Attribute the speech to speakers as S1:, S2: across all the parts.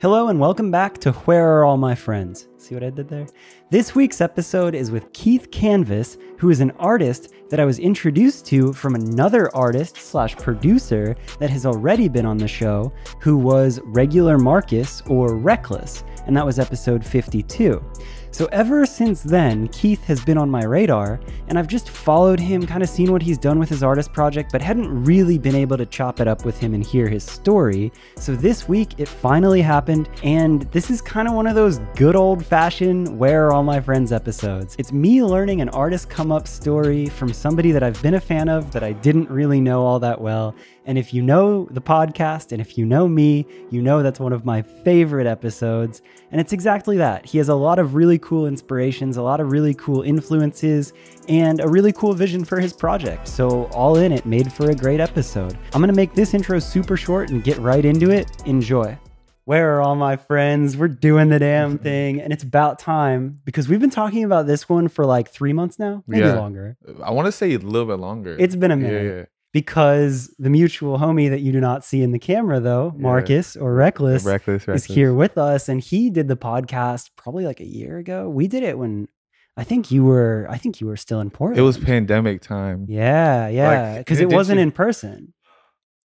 S1: Hello and welcome back to Where Are All My Friends? See what I did there? This week's episode is with Keith Canvas, who is an artist that I was introduced to from another artist slash producer that has already been on the show, who was Regular Marcus or Reckless, and that was episode 52. So ever since then, Keith has been on my radar, and I've just followed him, kind of seen what he's done with his artist project, but hadn't really been able to chop it up with him and hear his story. So this week, it finally happened, and this is kind of one of those good old fashioned Where Are All My Friends episodes. It's me learning an artist come up story from somebody that I've been a fan of that I didn't really know all that well. And if you know the podcast and if you know me, you know that's one of my favorite episodes. And it's exactly that. He has a lot of really cool inspirations, a lot of really cool influences, and a really cool vision for his project. So, all in it made for a great episode. I'm going to make this intro super short and get right into it. Enjoy. Where are all my friends? We're doing the damn thing. And it's about time because we've been talking about this one for like three months now, maybe
S2: Yeah.
S1: longer.
S2: I want to say a little bit longer.
S1: It's been a minute
S2: Yeah, yeah.
S1: because the mutual homie that you do not see in the camera though,
S2: Yeah.
S1: Marcus or Reckless,
S2: Reckless, reckless.
S1: is here with us and he did the podcast probably like a year ago. We did it when I think you were I think you were still in Portland.
S2: It was pandemic time.
S1: Yeah, yeah, cuz
S2: it
S1: it
S2: did
S1: wasn't
S2: you-
S1: in person.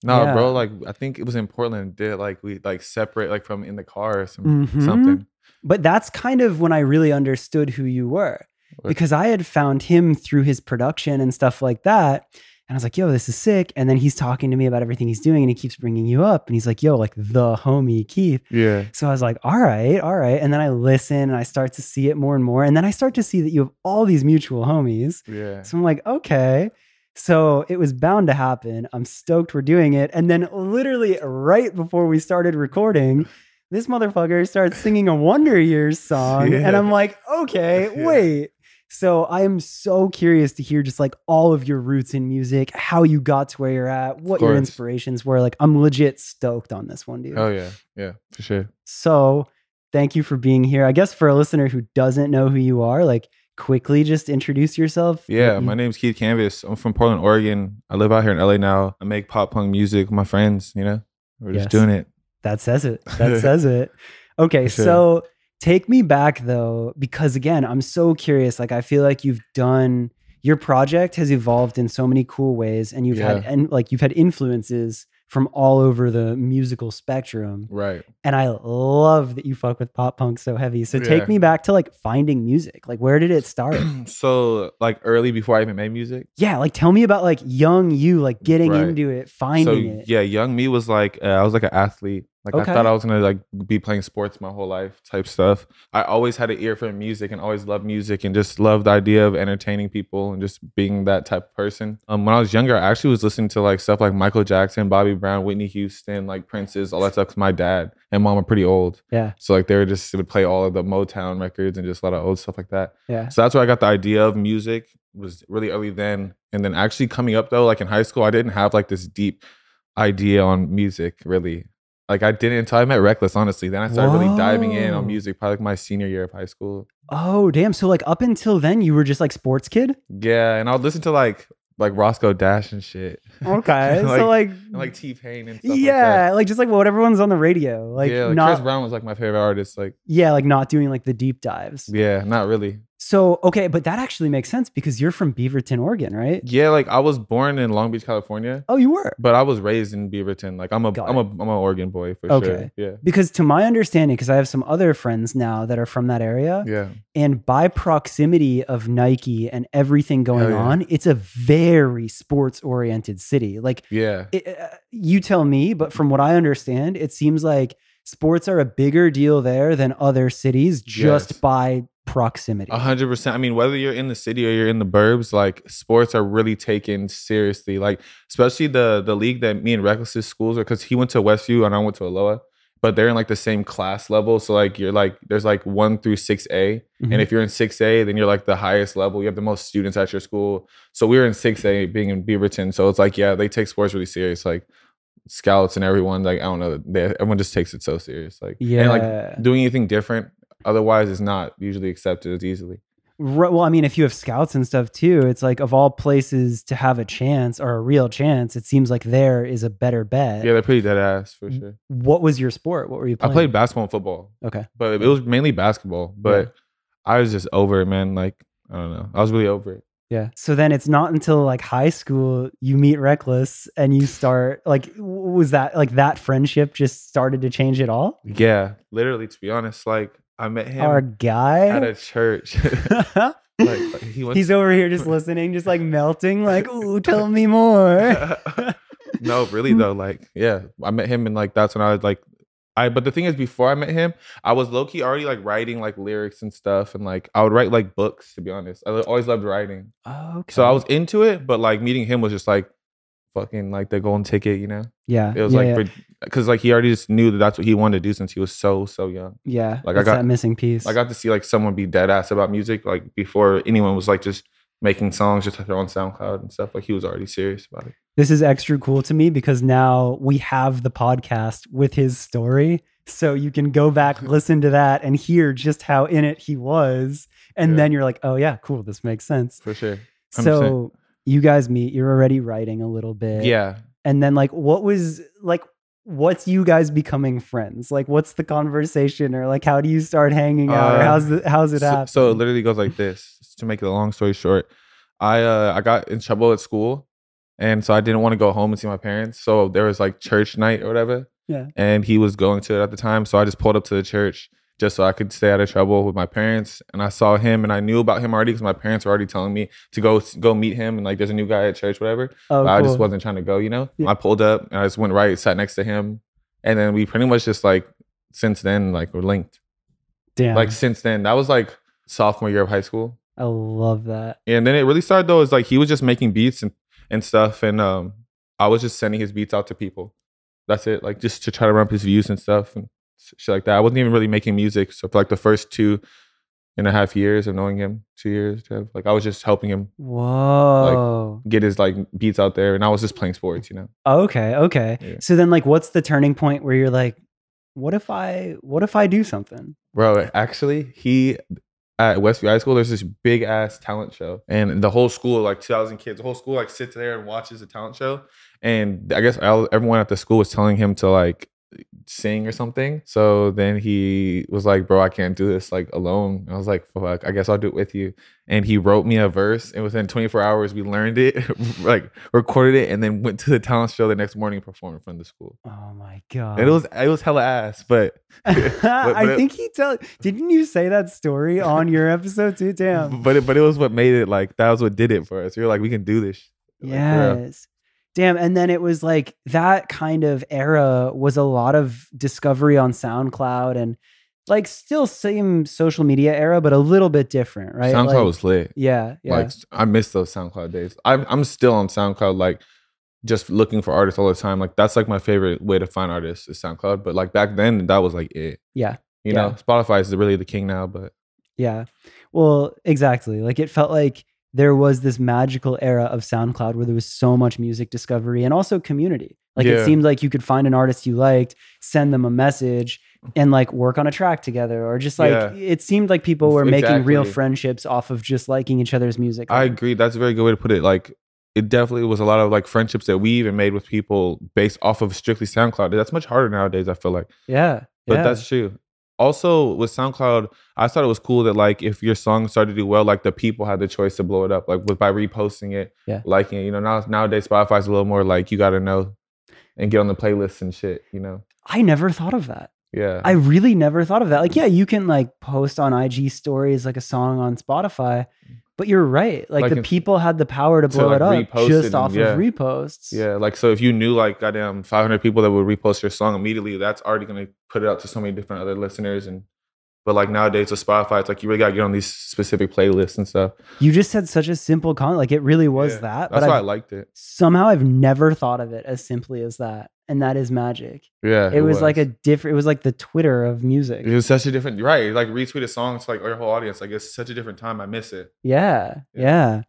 S2: No,
S1: Yeah.
S2: bro. Like I think it was in Portland. Did it, like we like separate like from in the car or some,
S1: Mhm.
S2: something.
S1: But that's kind of when I really understood who you were
S2: What?
S1: because I had found him through his production and stuff like that. And I was like, yo, this is sick. And then he's talking to me about everything he's doing and he keeps bringing you up. And he's like, yo, like the homie Keith.
S2: Yeah.
S1: So I was like, all right, all right. And then I listen and I start to see it more and more. And then I start to see that you have all these mutual homies.
S2: Yeah.
S1: So I'm like, okay. So it was bound to happen. I'm stoked we're doing it. And then literally right before we started recording, this motherfucker starts singing a Wonder Years song.
S2: Yeah.
S1: And I'm like, okay,
S2: Yeah.
S1: wait. So I am so curious to hear just like all of your roots in music, how you got to where you're at, what your
S2: course.
S1: inspirations were. Like I'm legit stoked on this one, dude.
S2: Oh yeah. Yeah. For sure.
S1: So thank you for being here. I guess for a listener who doesn't know who you are, like quickly just introduce yourself.
S2: Yeah.
S1: What
S2: My
S1: you-
S2: name's Keith Canvas. I'm from Portland, Oregon. I live out here in LA now. I make pop punk music with my friends. You know, we're
S1: Yes.
S2: just doing it.
S1: that says it. That says it. Okay,
S2: For sure.
S1: so take me back though, because again, I'm so curious. Like I feel like you've done your project has evolved in so many cool ways and you've had
S2: Yeah.
S1: and like you've had influences from all over the musical spectrum.
S2: Right.
S1: And I love that you fuck with pop punk so heavy. So
S2: Yeah.
S1: take me back to like finding music. Like where did it start?
S2: so like early before I even made music.
S1: Yeah, like tell me about like young you, like getting
S2: Right.
S1: into it, finding
S2: so,
S1: it.
S2: Yeah, young me was like uh, I was like an athlete. Like
S1: Okay.
S2: I thought I was gonna like be playing sports my whole life type stuff. I always had an ear for music and always loved music and just loved the idea of entertaining people and just being that type of person. Um, when I was younger, I actually was listening to like stuff like Michael Jackson, Bobby Brown, Whitney Houston, like Prince's, all that stuff. Cause my dad and mom are pretty old,
S1: Yeah,
S2: so like they were just they would play all of the Motown records and just a lot of old stuff like that.
S1: yeah.
S2: So that's where I got the idea of music was really early then. And then actually coming up though, like in high school, I didn't have like this deep idea on music really. Like I didn't until I met Reckless, honestly. Then I started really diving in
S1: Whoa.
S2: on music, probably like my senior year of high school.
S1: Oh, damn. So like up until then you were just like sports kid?
S2: Yeah, and I'll listen to like like Roscoe Dash and shit.
S1: Okay.
S2: Like-
S1: so like,
S2: And like T Pain and stuff. like
S1: yeah,
S2: that.
S1: like, just like what everyone's on the radio. Like
S2: yeah, like Chris
S1: not
S2: Brown was like my favorite artist. Like,
S1: yeah, like not doing like the deep dives.
S2: yeah, not really.
S1: So okay, but that actually makes sense because you're from Beaverton, Oregon, right?
S2: Yeah, like I was born in Long Beach, California,
S1: Oh, you were.
S2: but I was raised in Beaverton. Like I'm a
S1: Got
S2: I'm a I'm an Oregon boy for
S1: Okay.
S2: sure. Yeah.
S1: Because to my understanding, because I have some other friends now that are from that area,
S2: Yeah.
S1: and by proximity of Nike and everything going
S2: Hell Oh, yeah.
S1: on, it's a very sports oriented city. Like
S2: Yeah.
S1: it, uh, you tell me, but from what I understand, it seems like sports are a bigger deal there than other cities just
S2: Yes. Uh-huh.
S1: by proximity.
S2: A hundred percent. I mean, whether you're in the city or you're in the burbs, like sports are really taken seriously. Like especially the the league that me and Reckless's schools are, because he went to Westview and I went to Aloha, but they're in like the same class level. So like you're like there's like one through six A,
S1: Mhm.
S2: and if you're in six A, then you're like the highest level. You have the most students at your school. So we were in six A, being in Beaverton. So it's like yeah, they take sports really serious. Like scouts and everyone, like I don't know, they, everyone just takes it so serious. Like
S1: yeah.
S2: and like doing anything different otherwise is not usually accepted as easily.
S1: Ru- Well, I mean, if you have scouts and stuff too, it's like of all places to have a chance or a real chance, it seems like there is a better bet.
S2: Yeah, they're pretty dead ass for sure.
S1: What was your sport? What were you
S2: I
S1: Mm, playing?
S2: played basketball and football,
S1: Okay.
S2: but it was mainly basketball. But I was just over it, man. Like I don't know, I was really over it.
S1: Yeah. So then it's not until like high school you meet Reckless and you start like w- was that like that friendship just started to change at all?
S2: Yeah, literally. To be honest, like I met him
S1: Our
S2: at
S1: guy.
S2: a church. like, like, he went.
S1: He's over here just listening, just like melting, like, ooh, tell me more.
S2: no, really though. Like yeah, I met him and like that's when I was like. I, but the thing is, before I met him, I was low key already like writing like lyrics and stuff, and like I would write like books. To be honest, I always loved writing.
S1: Oh, okay.
S2: So I was into it, but like meeting him was just like fucking like the golden ticket, you know?
S1: yeah.
S2: It was
S1: Uh, yeah,
S2: like
S1: yeah,
S2: because like he already just knew that that's what he wanted to do since he was so so young.
S1: yeah.
S2: like, I
S1: It's
S2: got-
S1: that missing piece.
S2: I got to see like someone be dead ass about music like before anyone was like just making songs just like on SoundCloud and stuff. Like he was already serious about it.
S1: this is extra cool to me because now we have the podcast with his story. So you can go back, listen to that, and hear just how in it he was. And
S2: Yeah.
S1: then you're like, oh, yeah, cool. This makes sense.
S2: For sure. 100%.
S1: So you guys meet, you're already writing a little bit.
S2: Yeah.
S1: And then, like, what was like, what's you guys becoming friends? Like, what's the conversation? Or like, how do you start hanging out? or
S2: Uh,
S1: how's the, how's it
S2: so,
S1: happen?
S2: so it literally goes like this. To make it a long story short, I uh, I got in trouble at school, and so I didn't want to go home and see my parents. So there was like church night or whatever.
S1: Yeah.
S2: And he was going to it at the time, so I just pulled up to the church just so I could stay out of trouble with my parents. And I saw him, and I knew about him already because my parents were already telling me to go go meet him. And like, there's a new guy at church, whatever.
S1: oh,
S2: I
S1: cool.
S2: just wasn't trying to go, you know?
S1: Yeah.
S2: I pulled up and I just went right, sat next to him. And then we pretty much just like, since then, like, we're linked.
S1: Damn,
S2: Like, since then, that was like sophomore year of high school.
S1: I love that.
S2: And then it really started though is like he was just making beats and, and stuff, and um, I was just sending his beats out to people. That's it, like just to try to ramp his views and stuff and s- shit like that. I wasn't even really making music. So for like the first two and a half years of knowing him, two years, to have- like I was just helping him
S1: Whoa.
S2: get his like beats out there, and I was just playing sports, you know.
S1: okay. Okay.
S2: Yeah.
S1: So then, like, what's the turning point where you're like, what if I, what if I do something?
S2: Bro, actually, he at Westview High School, there's this big ass talent show, and the whole school, like 2,000 kids, the whole school like sits there and watches the talent show. And I guess all- everyone at the school was telling him to like sing or something. So then he was like, "Bro, I can't do this like alone." And I was like, "Fuck, I guess I'll do it with you." And he wrote me a verse, and within 24 hours, we learned it, like recorded it, and then went to the talent show the next morning and performed in front of the school.
S1: Oh my god.
S2: And it was it was hella ass, but
S1: I
S2: but-
S1: think he tell. Didn't you say that story on your episode too? Damn.
S2: But it, but it was what made it like that was what did it for us. We were like, we can do this. sh- like,
S1: Yes.
S2: bro.
S1: Damn. And then it was like that kind of era was a lot of discovery on SoundCloud and like still same social media era, but a little bit different, right?
S2: SoundCloud
S1: Like-
S2: was lit.
S1: yeah, yeah.
S2: Like I miss those SoundCloud days. I'm I'm still on SoundCloud, like just looking for artists all the time. Like that's like my favorite way to find artists is SoundCloud. But like back then, that was like it.
S1: Yeah. Yeah.
S2: You know, Spotify is really the king now, but
S1: Yeah. Well, exactly. Like it felt like there was this magical era of SoundCloud where there was so much music discovery and also community. Like it
S2: Yeah.
S1: seemed like you could find an artist you liked, send them a message, and like work on a track together, or just like
S2: Yeah.
S1: it seemed like people were making real
S2: Exactly.
S1: friendships off of just liking each other's music.
S2: I agree. That's a very good way to put it. Like, it definitely was a lot of like friendships that we even made with people based off of strictly SoundCloud. That's much harder nowadays. I feel like.
S1: yeah,
S2: But
S1: yeah.
S2: that's true. Also with SoundCloud, I thought it was cool that like if your song started to do well, like the people had the choice to blow it up, like with by reposting it,
S1: Yeah.
S2: liking it. You know, now nowadays Spotify's a little more like you got to know and get on the playlists and shit. You know,
S1: I never thought of that.
S2: yeah,
S1: I really never thought of that. Like, yeah, you can like post on IG stories like a song on Spotify, but you're right. Like,
S2: Like,
S1: the
S2: it's-
S1: people had the power to
S2: to,
S1: blow
S2: like,
S1: it up
S2: repost
S1: just
S2: it
S1: off
S2: and- yeah.
S1: of reposts.
S2: yeah. Like so, if you knew like goddamn five hundred people that would repost your song immediately, that's already gonna put it out to so many different other listeners and. But like nowadays with Spotify, it's like you really gotta get on these specific playlists and stuff.
S1: You just had such a simple con. Like, it really was
S2: Yeah.
S1: that.
S2: That's
S1: but
S2: why
S1: I've-
S2: I liked it.
S1: somehow I've never thought of it as simply as that. And that is magic.
S2: Yeah,
S1: It, was, like a different, it was like the Twitter of music.
S2: It was such a different right. Like retweet a song to like your whole audience. Like it's such a different time. I miss it.
S1: Yeah, yeah.
S2: Yeah.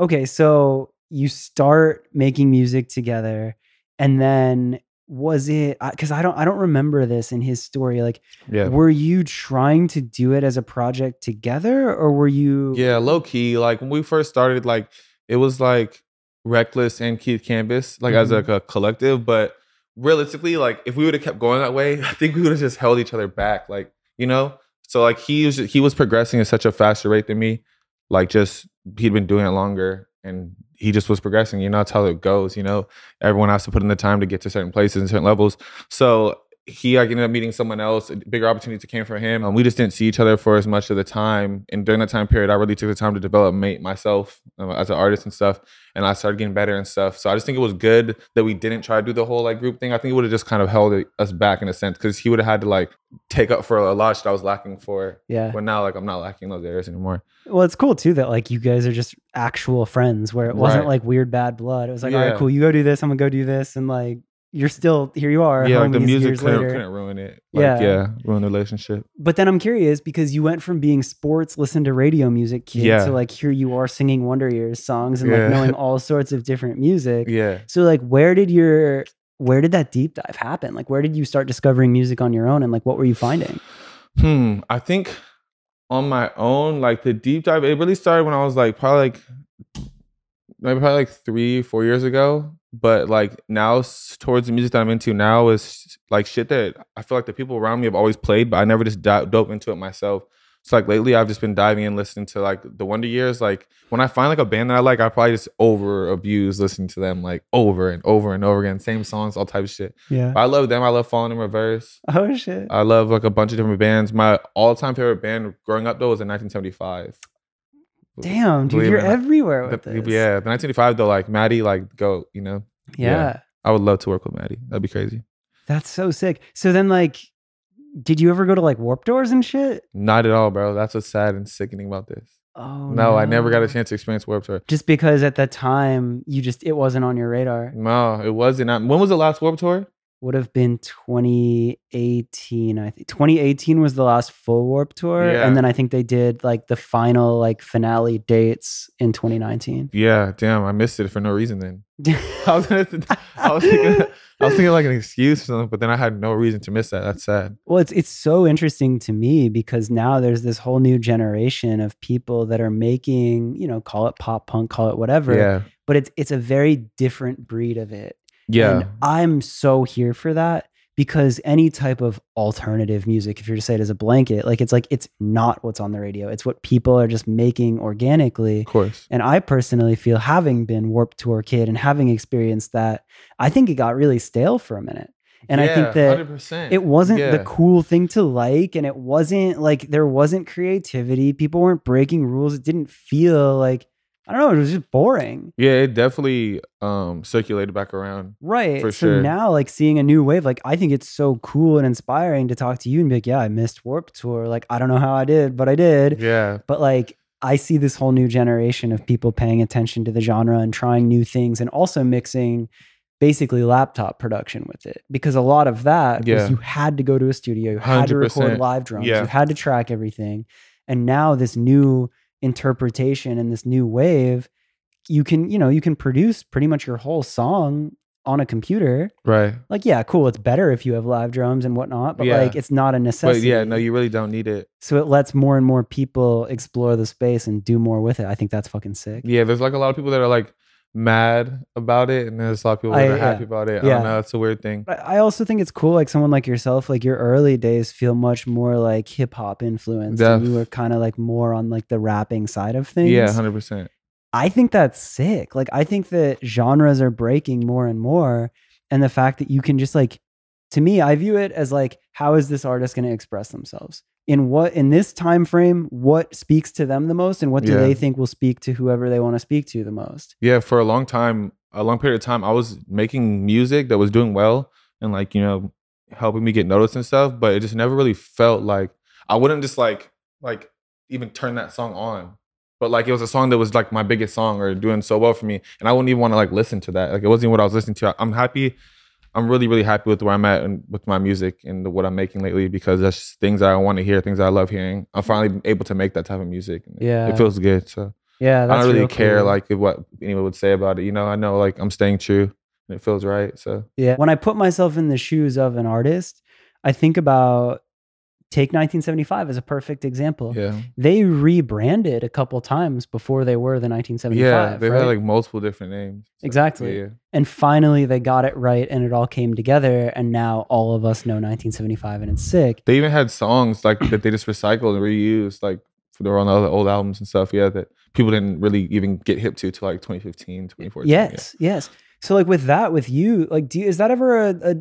S1: Okay, so you start making music together and then was it because I, don't i don't remember this in his story like
S2: Yeah.
S1: were you trying to do it as a project together or were you
S2: Yeah, low key. Like when we first started, like it was like Reckless and Keith Canvas, like as
S1: Mhm.
S2: like a collective. But realistically, like if we would have kept going that way, I think we would have just held each other back. Like you know, so like he was he was progressing at such a faster rate than me. Like just he'd been doing it longer and he just was progressing. You know, that's how it goes. You know, everyone has to put in the time to get to certain places and certain levels. So he like ended up meeting someone else. Bigger opportunities came for him. Um, we just didn't see each other for as much of the time. And during that time period, I really took the time to develop mate myself um, as an artist and stuff. And I started getting better and stuff. So I just think it was good that we didn't try to do the whole like group thing. I think it would have just kind of held it- us back in a sense because he would have had to like take up for a lot of shit I was lacking for.
S1: yeah
S2: But now like I'm not lacking those areas anymore.
S1: well it's cool too that like you guys are just actual friends where it wasn't
S2: Right.
S1: like weird bad blood it was like all right
S2: Yeah.
S1: cool you go do this i'm gonna go do this and like you're still here you are
S2: yeah, like the
S1: homies
S2: music
S1: years
S2: couldn't,
S1: later.
S2: couldn't ruin it. Like,
S1: Yeah.
S2: yeah. ruin the relationship.
S1: but then i'm curious because you went from being sports listen to radio music kid
S2: Yeah.
S1: to like here you are singing wonder years songs and
S2: Yeah.
S1: like knowing all sorts of different music
S2: Yeah.
S1: So like where did your where did that deep dive happen? Like where did you start discovering music on your own and like what were you finding?
S2: Hmm. I think on my own, like the deep dive, it really started when I was like probably like maybe probably like three, four years ago. But like now, s- towards the music that I'm into now is like shit that I feel like the people around me have always played, but I never just di- dove into it myself. So like lately, I've just been diving and listening to like the Wonder Years. Like when I find like a band that I like, I probably just over abuse listening to them like over and over and over again, same songs, all type of shit.
S1: Yeah.
S2: But I love them. I love Falling in Reverse.
S1: Oh shit.
S2: I love like a bunch of different bands. My all-time favorite band growing up though was in 1975.
S1: Damn, dude,
S2: believe
S1: you're
S2: it or not.
S1: everywhere with
S2: The-
S1: this.
S2: yeah, the 1975 though, like Maddie, like go, you know.
S1: yeah.
S2: yeah. I would love to work with Maddie. That'd be crazy.
S1: That's so sick. So then like did you ever go to like warp doors and shit?
S2: Not at all, bro. That's what's sad and sickening about this.
S1: Oh
S2: no, I never got a chance to experience Warped Tour.
S1: Just because at that time you just it wasn't on your radar.
S2: No, it wasn't. I- when was the last Warped Tour?
S1: Would have been 2018, I think. 2018 was the last full warp tour.
S2: Yeah.
S1: And then I think they did like the final like finale dates in 2019.
S2: Yeah, damn, I missed it for no reason. Then I was, gonna, I was thinking, I was thinking like an excuse or something, but then I had no reason to miss that. That's sad.
S1: Well, it's it's so interesting to me because now there's this whole new generation of people that are making, you know, call it pop punk, call it whatever,
S2: Yeah,
S1: but it's it's a very different breed of it.
S2: yeah,
S1: And I'm so here for that because any type of alternative music, if you're to say it as a blanket, like it's like it's not what's on the radio. It's what people are just making organically.
S2: of course.
S1: And I personally feel having been warped tour kid and having experienced that, I think it got really stale for a minute. And I think that
S2: 100%.
S1: it wasn't the
S2: Yeah.
S1: cool thing to like and it wasn't like there wasn't creativity people weren't breaking rules it didn't feel like i don't know it was just boring
S2: Yeah, it definitely um circulated back around.
S1: right
S2: For
S1: so
S2: sure.
S1: now like seeing a new wave like i think it's so cool and inspiring to talk to you and be like yeah i missed warp tour like i don't know how i did but i did
S2: Yeah.
S1: but like i see this whole new generation of people paying attention to the genre and trying new things and also mixing basically laptop production with it because a lot of that
S2: Yeah.
S1: was you had to go to a studio you had to record
S2: 100%.
S1: live drums
S2: Yeah.
S1: you had to track everything and now this new interpretation and this new wave you can you know you can produce pretty much your whole song on a computer
S2: Right.
S1: like yeah cool it's better if you have live drums and whatnot but
S2: Yeah.
S1: like it's not a
S2: But
S1: necessity
S2: yeah, no, you really don't need it.
S1: so it lets more and more people explore the space and do more with it. I think that's fucking sick.
S2: Yeah, there's like a lot of people that are like mad about it and there's a lot of people that
S1: I-
S2: are
S1: yeah.
S2: happy about it. I
S1: Yeah.
S2: don't know, it's a weird thing.
S1: But I also think it's cool, like someone like yourself, like your early days feel much more like hip hop influenced. And
S2: Def.
S1: you were kind of like more on like the rapping side of things.
S2: Yeah, 100%.
S1: I think that's sick. Like I think that genres are breaking more and more. And the fact that you can just like to me, I view it as like, how is this artist going to express themselves? In what in this time frame, what speaks to them the most and what do
S2: Yeah.
S1: they think will speak to whoever they want to speak to the most?
S2: Yeah, for a long time, a long period of time, I was making music that was doing well and like, you know, helping me get noticed and stuff, but it just never really felt like I wouldn't just like like even turn that song on. But like it was a song that was like my biggest song or doing so well for me. And I wouldn't even want to like listen to that. Like it wasn't even what I was listening to. I- I'm happy. I'm really, really happy with where I'm at and with my music and the, what I'm making lately because that's just things that I want to hear, things that I love hearing. I'm finally able to make that type of music. and it-
S1: Yeah.
S2: It feels good. So
S1: Yeah,
S2: I
S1: that's
S2: don't really
S1: real
S2: care
S1: cool.
S2: like if what anyone would say about it. You know, I know like I'm staying true and it feels right. So
S1: Yeah. When I put myself in the shoes of an artist, I think about take 1975 as a perfect example.
S2: yeah,
S1: They rebranded a couple times before they were the 1975.
S2: yeah, they've
S1: right?
S2: had like multiple different names. So,
S1: Exactly.
S2: Yeah,
S1: and finally they got it right and it all came together and now all of us know 1975 and it's sick.
S2: they even had songs like that they just recycled and reused, like they were on the other old albums and stuff. Yeah, that people didn't really even get hip to till like 2015, 2014. yeah.
S1: Yes, yes. So like with that, with you, like, do you, is that ever a, a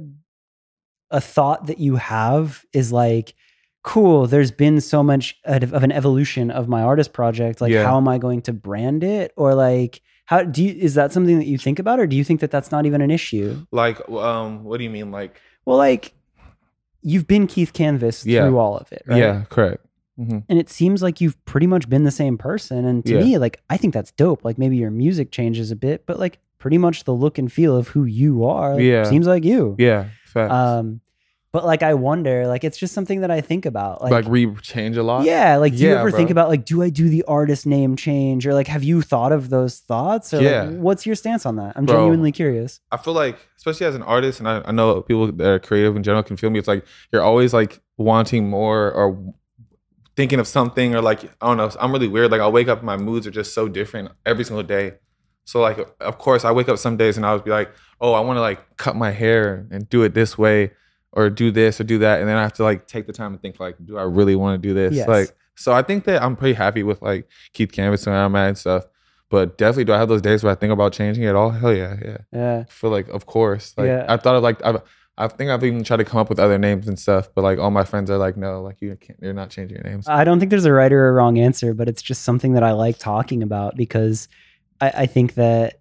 S1: a thought that you have is like, cool? There's been so much of, of an evolution of my artist project. Like,
S2: Yeah.
S1: how am I going to brand it? Or like, how do you? Is that something that you think about, or do you think that that's not even an issue?
S2: Like, um, what do you mean? Like,
S1: Well, like, you've been Keith Canvas
S2: Yeah.
S1: through all of it, right?
S2: yeah, correct. hmm
S1: and it seems like you've pretty much been the same person and to
S2: Yeah.
S1: me like i think that's dope like maybe your music changes a bit but like pretty much the look and feel of who you are like,
S2: Yeah.
S1: seems like you
S2: Yeah, facts.
S1: um but like i wonder like it's just something that i think about like,
S2: like, re change a lot.
S1: yeah like do you
S2: Yeah,
S1: ever think
S2: bro.
S1: about like do i do the artist name change or like have you thought of those thoughts or
S2: Yeah.
S1: like, what's your stance on that i'm
S2: Bro.
S1: genuinely curious
S2: I feel like, especially as an artist, and I, I know people that are creative in general can feel me. It's like you're always like wanting more or thinking of something, or like I don't know. I'm really weird. Like I wake up, my moods are just so different every single day. So like, of course, I wake up some days and I would be like, oh, I want to like cut my hair and do it this way, or do this or do that, and then I have to like take the time and think like, do I really want to do this?
S1: Yes.
S2: Like, so I think that I'm pretty happy with like Keith Canvas and where I'm at and stuff. But definitely, do I have those days where I think about changing it at all? Hell yeah, yeah.
S1: yeah
S2: I feel like, of course. Like
S1: Yeah.
S2: I've thought of like I've I think I've even tried to come up with other names and stuff, but like all my friends are like, no, like you can't, you're not changing your names.
S1: I don't think there's a right or a wrong answer, but it's just something that I like talking about because I, I think that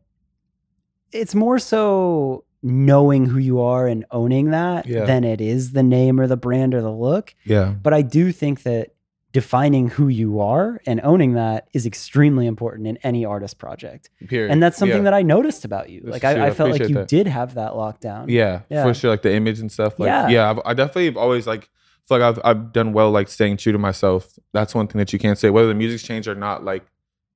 S1: it's more so knowing who you are and owning that
S2: Yeah.
S1: than it is the name or the brand or the look.
S2: yeah,
S1: But I do think that defining who you are and owning that is extremely important in any artist project.
S2: period.
S1: And that's something
S2: yeah.
S1: that I noticed about you.
S2: That's
S1: Like
S2: for sure.
S1: I, I
S2: I
S1: felt like
S2: appreciate
S1: you
S2: that.
S1: did have that lockdown.
S2: yeah,
S1: Yeah.
S2: for sure. Like the image and stuff. Like
S1: Yeah.
S2: yeah, I've, I definitely have always like feel like I've I've done well like staying true to myself. That's one thing that you can't say whether the music's changed or not. Like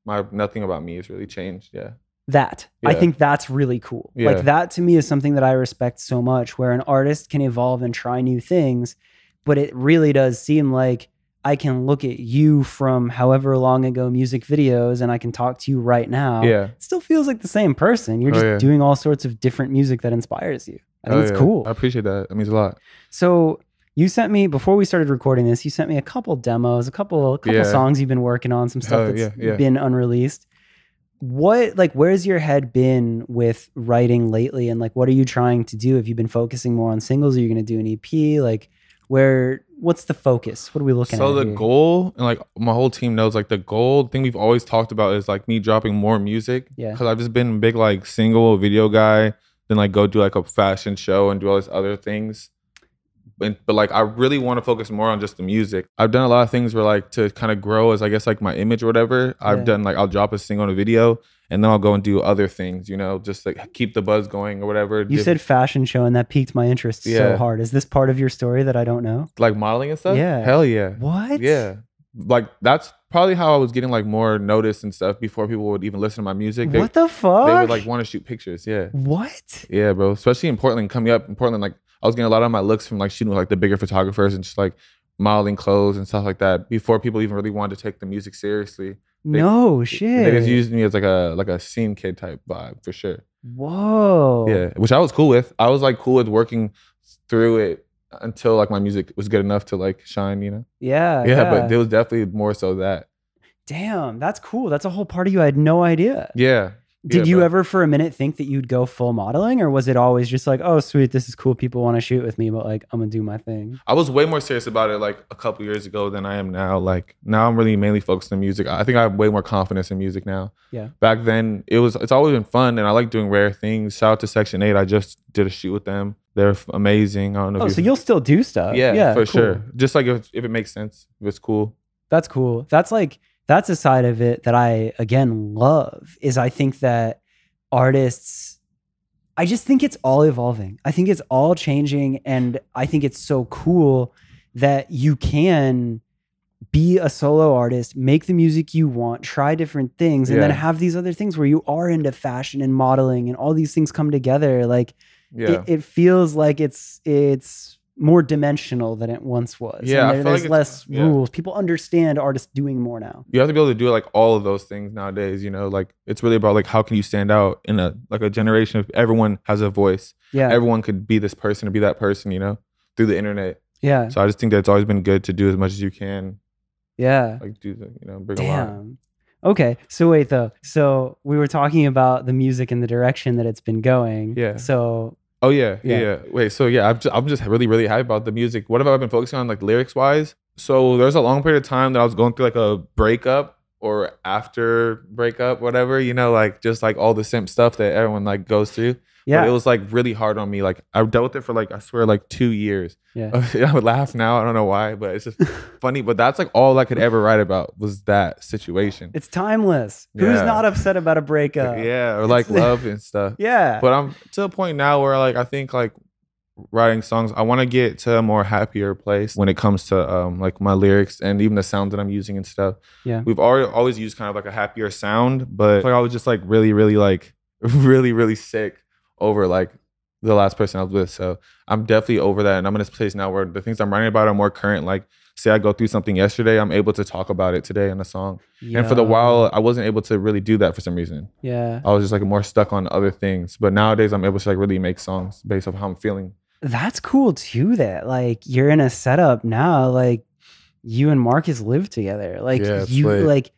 S2: my nothing about me has really changed. Yeah,
S1: that i
S2: Yeah.
S1: think that's really cool
S2: Yeah.
S1: like that to me is something that i respect so much where an artist can evolve and try new things but it really does seem like i can look at you from however long ago music videos and i can talk to you right now
S2: yeah.
S1: it still feels like the same person you're
S2: Oh,
S1: just
S2: yeah.
S1: doing all sorts of different music that inspires you i think
S2: Oh,
S1: it's
S2: yeah.
S1: cool
S2: I appreciate that. It means a lot.
S1: so you sent me before we started recording this. You sent me a couple demos, a couple a couple
S2: Yeah.
S1: songs you've been working on, some stuff
S2: Oh,
S1: that's
S2: yeah, yeah.
S1: been unreleased. What like where's your head been with writing lately, and like what are you trying to do? Have you been focusing more on singles? Are you going to do an EP? Like where? What's the focus? What are we looking at?
S2: so the
S1: here?
S2: goal and like my whole team knows like the goal thing we've always talked about is like me dropping more music
S1: Yeah.
S2: because i've just been a big like single video guy then like go do like a fashion show and do all these other things and, but like i really want to focus more on just the music i've done a lot of things where like to kind of grow as i guess like my image or whatever
S1: Yeah.
S2: i've done like i'll drop a single and a video and then i'll go and do other things you know just like keep the buzz going or whatever
S1: You
S2: Different-
S1: said fashion show, and that piqued my interest so
S2: Yeah.
S1: hard. Is this part of your story that I don't know?
S2: like modeling and stuff
S1: Yeah.
S2: hell yeah
S1: What?
S2: yeah. Like that's probably how I was getting like more notice and stuff before people would even listen to my music. They,
S1: What the fuck?
S2: they would like want to shoot pictures. Yeah.
S1: what?
S2: Yeah, bro. Especially in Portland, coming up in Portland, like I was getting a lot of my looks from like shooting with like the bigger photographers and just like modeling clothes and stuff like that before people even really wanted to take the music seriously.
S1: no
S2: They
S1: shit.
S2: just used me as like a like a scene kid type vibe for sure.
S1: Whoa.
S2: Yeah, which I was cool with. I was like cool with working through it until like my music was good enough to like shine, you know.
S1: Yeah.
S2: yeah, but there was definitely more so that.
S1: Damn, that's cool. That's a whole part of you I had no idea.
S2: Yeah.
S1: Did
S2: yeah,
S1: you
S2: bro.
S1: ever for a minute think that you'd go full modeling or was it always just like, oh, sweet, this is cool. People want to shoot with me, but like, I'm going to do my thing?
S2: I was way more serious about it like a couple years ago than I am now. Like now I'm really mainly focused on music. I think I have way more confidence in music now.
S1: Yeah.
S2: Back then it was it's always been fun and I like doing rare things. Shout out to Section 8. I just did a shoot with them. They're f- amazing. I don't know
S1: Oh,
S2: if
S1: so
S2: you
S1: you'll still do stuff.
S2: yeah,
S1: yeah
S2: for
S1: cool.
S2: sure. Just like if, if it makes sense, if it's cool.
S1: That's cool. That's like that's a side of it that I again love is I think that artists I just think it's all evolving. I think it's all changing and I think it's so cool that you can be a solo artist, make the music you want, try different things, and then
S2: Yeah.
S1: have these other things where you are into fashion and modeling and all these things come together. Like
S2: Yeah.
S1: it, it feels like it's it's more dimensional than it once was. And
S2: Yeah, I
S1: there-
S2: feel like
S1: there's
S2: it's-
S1: less
S2: yeah.
S1: rules. People understand artists doing more now.
S2: you have to be able to do like all of those things nowadays you know like it's really about like how can you stand out in a like a generation of everyone has a voice
S1: Yeah,
S2: everyone could be this person or be that person you know through the internet
S1: yeah,
S2: so i just think that's always been good to do as much as you can
S1: yeah.
S2: like do the you know bring a lot
S1: Damn. Okay, so wait though. So we were talking about the music and the direction that it's been going.
S2: Yeah.
S1: So
S2: oh yeah, yeah
S1: Yeah.
S2: yeah wait so yeah i'm just, I'm just really really happy about the music what have i been focusing on like lyrics wise so there's a long period of time that i was going through like a breakup or after breakup whatever you know like just like all the simp stuff that everyone like goes through
S1: yeah,
S2: But it was like really hard on me. Like I dealt with it for like I swear like two years.
S1: yeah,
S2: I would laugh now. I don't know why, but it's just funny. But that's like all I could ever write about was that situation.
S1: it's timeless. Who's
S2: Yeah.
S1: not upset about a breakup?
S2: yeah, or like
S1: It's-
S2: love and stuff.
S1: yeah.
S2: But I'm to a point now where like I think like writing songs, I want to get to a more happier place when it comes to um like my lyrics and even the sound that I'm using and stuff.
S1: Yeah.
S2: We've already always used kind of like a happier sound, but like I was just like really, really like really, really sick over like the last person I was with. So I'm definitely over that. And I'm in this place now where the things I'm writing about are more current. Like say I go through something yesterday, I'm able to talk about it today in a song. And for the
S1: Yeah.
S2: while I wasn't able to really do that for some reason.
S1: yeah,
S2: I was just like more stuck on other things. But nowadays, I'm able to like really make songs based off how I'm feeling.
S1: that's cool too. That like you're in a setup now. Like you and Marcus live together. Like
S2: Yeah, it's
S1: you
S2: lit. Mm-hmm.
S1: like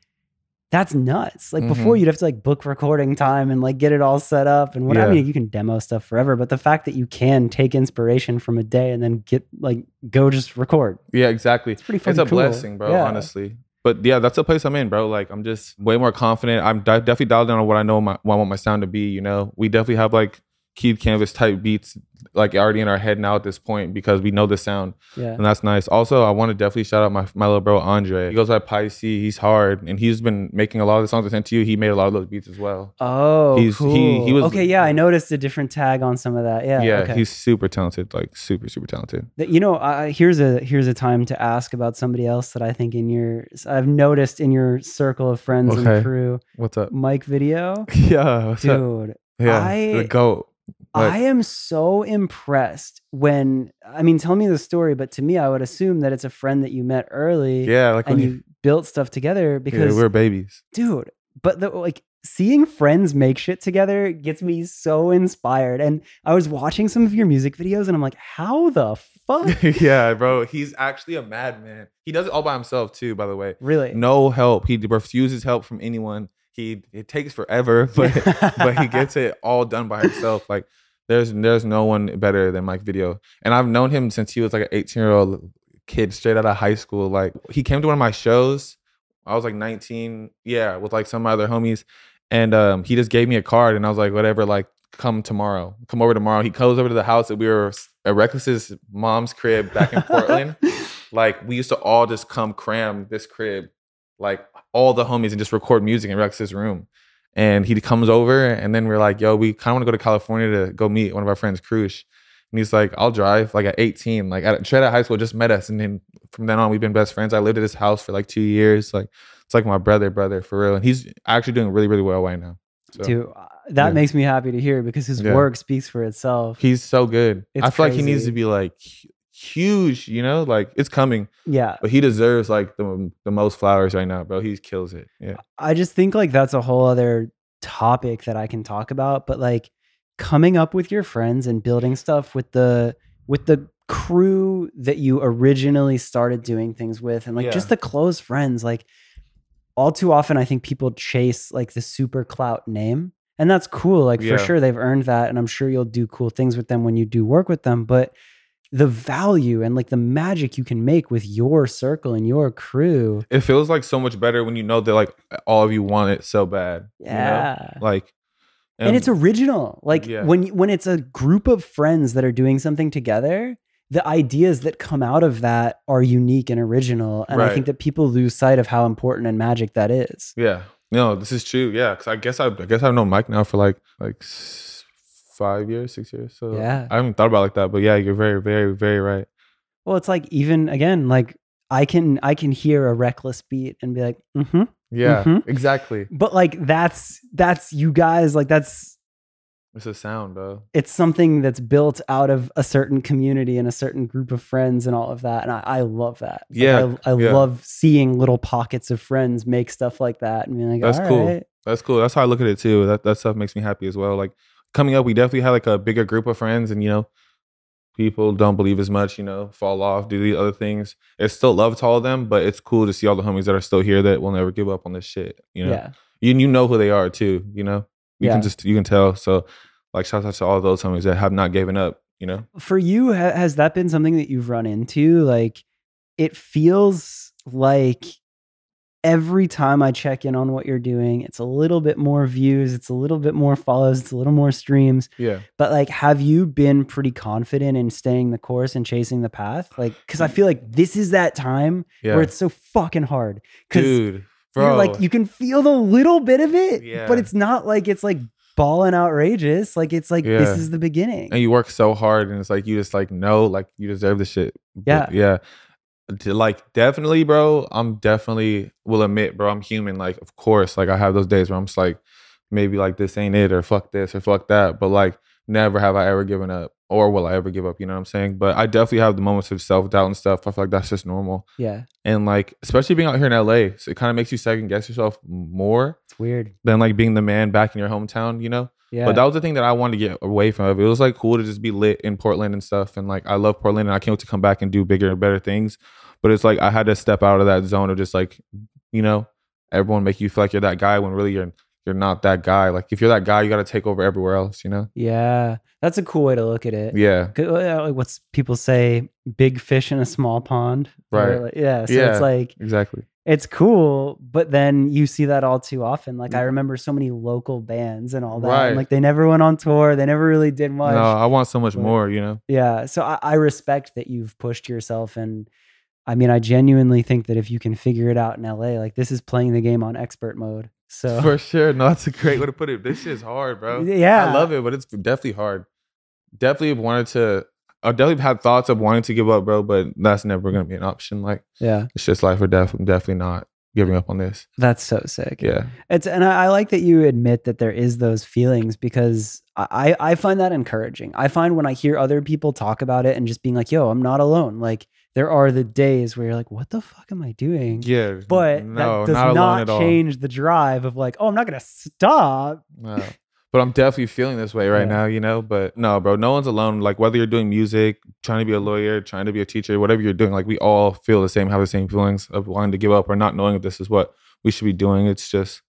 S1: that's nuts. Like before, you'd have to like book recording time and like get it all set up and what. I
S2: Yeah.
S1: mean, you can demo stuff forever, but the fact that you can take inspiration from a day and then get like go just record.
S2: Yeah, exactly.
S1: It's pretty.
S2: It's
S1: fucking
S2: a
S1: cool.
S2: blessing, bro.
S1: Yeah.
S2: Honestly. But yeah, that's the place I'm in, bro. Like I'm just way more confident. I'm di- definitely dialed in on what I know my what I want my sound to be. You know, we definitely have like keyed canvas type beats like already in our head now at this point because we know the sound
S1: Yeah.
S2: and that's nice. Also, I want to definitely shout out my my little bro Andre. He goes by Pisces. He's hard and he's been making a lot of the songs I sent to you. He made a lot of those beats as well.
S1: Oh,
S2: He's- he-
S1: cool.
S2: he was-
S1: okay, yeah, I noticed a different tag on some of that. Yeah,
S2: yeah
S1: okay.
S2: he's super talented. Like super super talented.
S1: That- you know, I, here's a here's a time to ask about somebody else that I think in your I've noticed in your circle of friends
S2: Okay.
S1: and crew,
S2: What's up?
S1: Mike Video,
S2: Yeah, what's up?
S1: dude.
S2: Yeah,
S1: I-
S2: the goat. Like-
S1: I am so impressed when I mean, tell me the story, but to me, I would assume that it's a friend that you met early
S2: Yeah, like
S1: and
S2: when
S1: you,
S2: you,
S1: built stuff together
S2: yeah,
S1: because
S2: we were babies.
S1: dude but the like seeing friends make shit together gets me so inspired and i was watching some of your music videos and i'm like how the fuck
S2: yeah, bro. He's actually a madman. He does it all by himself too. By the way,
S1: really
S2: no help. He refuses help from anyone. He it takes forever, but but he gets it all done by himself. Like there's there's no one better than Mike Video, and I've known him since he was like an 18 year old kid straight out of high school. Like he came to one of my shows. I was like 19, yeah, with like some of my other homies, and um, he just gave me a card, and I was like, whatever, like come tomorrow, come over tomorrow. He goes over to the house that we were at Reckless's mom's crib back in Portland like we used to all just come cram this crib, like all the homies, and just record music in Rex's room. And he comes over, and then we're like, "Yo, we kind of want to go to California to go meet one of our friends, Krush." And he's like, "I'll drive." Like at 18, like at, straight out of high school, just met us, and then from then on, we've been best friends. I lived at his house for like two years. Like it's like my brother, brother for real. And he's actually doing really, really well right now. So
S1: dude uh, that
S2: Yeah.
S1: makes me happy to hear because his
S2: Yeah.
S1: work speaks for itself
S2: he's so good.
S1: It's
S2: I feel like he needs
S1: crazy.
S2: to be like hu- huge. You know, like it's coming.
S1: yeah
S2: But he deserves like the the most flowers right now, bro. He kills it. Yeah.
S1: i just think like that's a whole other topic that i can talk about but like coming up with your friends and building stuff with the with the crew that you originally started doing things with and like
S2: Yeah.
S1: just the close friends like all too often i think people chase like the super clout name and that's cool like
S2: Yeah.
S1: for sure they've earned that and i'm sure you'll do cool things with them when you do work with them but the value and like the magic you can make with your circle and your crew
S2: It feels like so much better when you know that like all of you want it so bad. you know?
S1: yeah
S2: Like
S1: and, it's original. Like
S2: Um, Yeah.
S1: when you- when it's a group of friends that are doing something together, the ideas that come out of that are unique and original. And I
S2: Right.
S1: think that people lose sight of how important and magic that is.
S2: Yeah. No, this is true. Yeah. Cause I guess I, I guess I've known Mike now for like like s- five years, six years. So
S1: Yeah.
S2: I haven't thought about it like that. But yeah, you're very, very, very right.
S1: Well, it's like even again, like I can I can hear a reckless beat and be like, mm-hmm.
S2: Yeah,
S1: Mhm.
S2: exactly.
S1: But like that's that's you guys, like that's
S2: It's a sound, bro.
S1: it's something that's built out of a certain community and a certain group of friends and all of that. And I, I love that. Like,
S2: Yeah,
S1: I, I
S2: yeah.
S1: love seeing little pockets of friends make stuff like that and being like,
S2: That's
S1: "All
S2: cool.
S1: right."
S2: That's cool. That's how I look at it too. That that stuff makes me happy as well. Like coming up, we definitely had like a bigger group of friends, and you know, people don't believe as much. You know, fall off, do these other things. It's still love to all of them, but it's cool to see all the homies that are still here that will never give up on this shit. You know,
S1: Yeah.
S2: you you know who they are too. You know, you
S1: Yeah.
S2: can just you can tell. So, like, shout out to all those homies that have not given up. You know,
S1: For you, ha- has that been something that you've run into? Like, it feels like every time I check in on what you're doing, it's a little bit more views, it's a little bit more follows, it's a little more streams.
S2: yeah.
S1: but like have you been pretty confident in staying the course and chasing the path like because i feel like this is that time
S2: Yeah,
S1: where it's so fucking hard because
S2: dude,
S1: you're
S2: bro,
S1: like you can feel the little bit of it
S2: Yeah.
S1: but it's not like it's like balling outrageous like it's like
S2: Yeah.
S1: this is the beginning
S2: and you work so hard, and it's like you just like know, like you deserve this shit. But, yeah. To, like definitely, bro. I'm definitely will admit, bro. I'm human. Like, of course, like I have those days where I'm just like, maybe like this ain't it, or fuck this, or fuck that. But like, never have I ever given up, or will I ever give up? You know what I'm saying? But I definitely have the moments of self doubt and stuff. I feel like that's just normal.
S1: yeah
S2: And like, especially being out here in LA, so it kind of makes you second guess yourself more
S1: it's weird
S2: than like being the man back in your hometown. You know?
S1: yeah
S2: But that was the thing that I wanted to get away from. It was like cool to just be lit in Portland and stuff. And like I love Portland and I can't wait to come back and do bigger and better things. But it's like I had to step out of that zone of just like, you know, everyone make you feel like you're that guy when really you're you're not that guy. Like if you're that guy, you gotta take over everywhere else, you know?
S1: yeah that's a cool way to look at it
S2: Yeah.
S1: 'Cause, uh, like what's people say big fish in a small pond Or,
S2: Right.
S1: like- yeah so
S2: Yeah.
S1: it's like
S2: Exactly.
S1: it's cool, but then you see that all too often. Like I remember so many local bands and all that. and,
S2: Mm-hmm. Right.
S1: like they never went on tour. They never really did much.
S2: No, I want so much
S1: But-
S2: more, you know?
S1: Yeah. So I, I respect that you've pushed yourself and I mean I genuinely think that if you can figure it out in LA, like this is playing the game on expert mode. So
S2: For sure. No, that's a great way to put it. This shit's hard, bro.
S1: yeah.
S2: I love it, but it's definitely hard. Definitely wanted to I definitely had thoughts of wanting to give up, bro, but that's never gonna be an option. Like
S1: Yeah.
S2: it's just life or death. I'm definitely not giving up on this.
S1: That's so sick.
S2: Yeah.
S1: It's and I, I like that you admit that there is those feelings because I, I I find that encouraging. I find when I hear other people talk about it and just being like, "Yo, I'm not alone." Like there are the days where you're like, "What the fuck am I doing?"
S2: Yeah.
S1: But that does not, change the drive of like, "Oh, I'm not gonna stop."
S2: No. But I'm definitely feeling this way right
S1: Yeah.
S2: now, you know? But no, bro, no one's alone. Like whether you're doing music, trying to be a lawyer, trying to be a teacher, whatever you're doing, like we all feel the same, have the same feelings of wanting to give up or not knowing if this is what we should be doing. It's just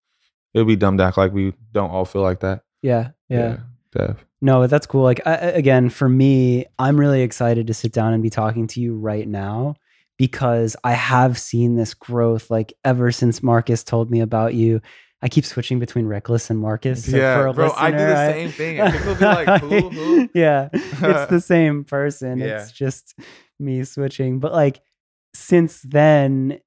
S2: it would be dumb to act like we don't all feel like that.
S1: Yeah, yeah.
S2: Def.
S1: No, that's cool. Like I, I- again, for me, I'm really excited to sit down and be talking to you right now because I have seen this growth like ever since Marcus told me about you. I keep switching between Reckless and Marcus. so for
S2: Yeah,
S1: a
S2: bro, I do
S1: listener,
S2: the same thing. And people be like, who, who?
S1: yeah, it's the same person.
S2: Yeah.
S1: It's just me switching. But like since then,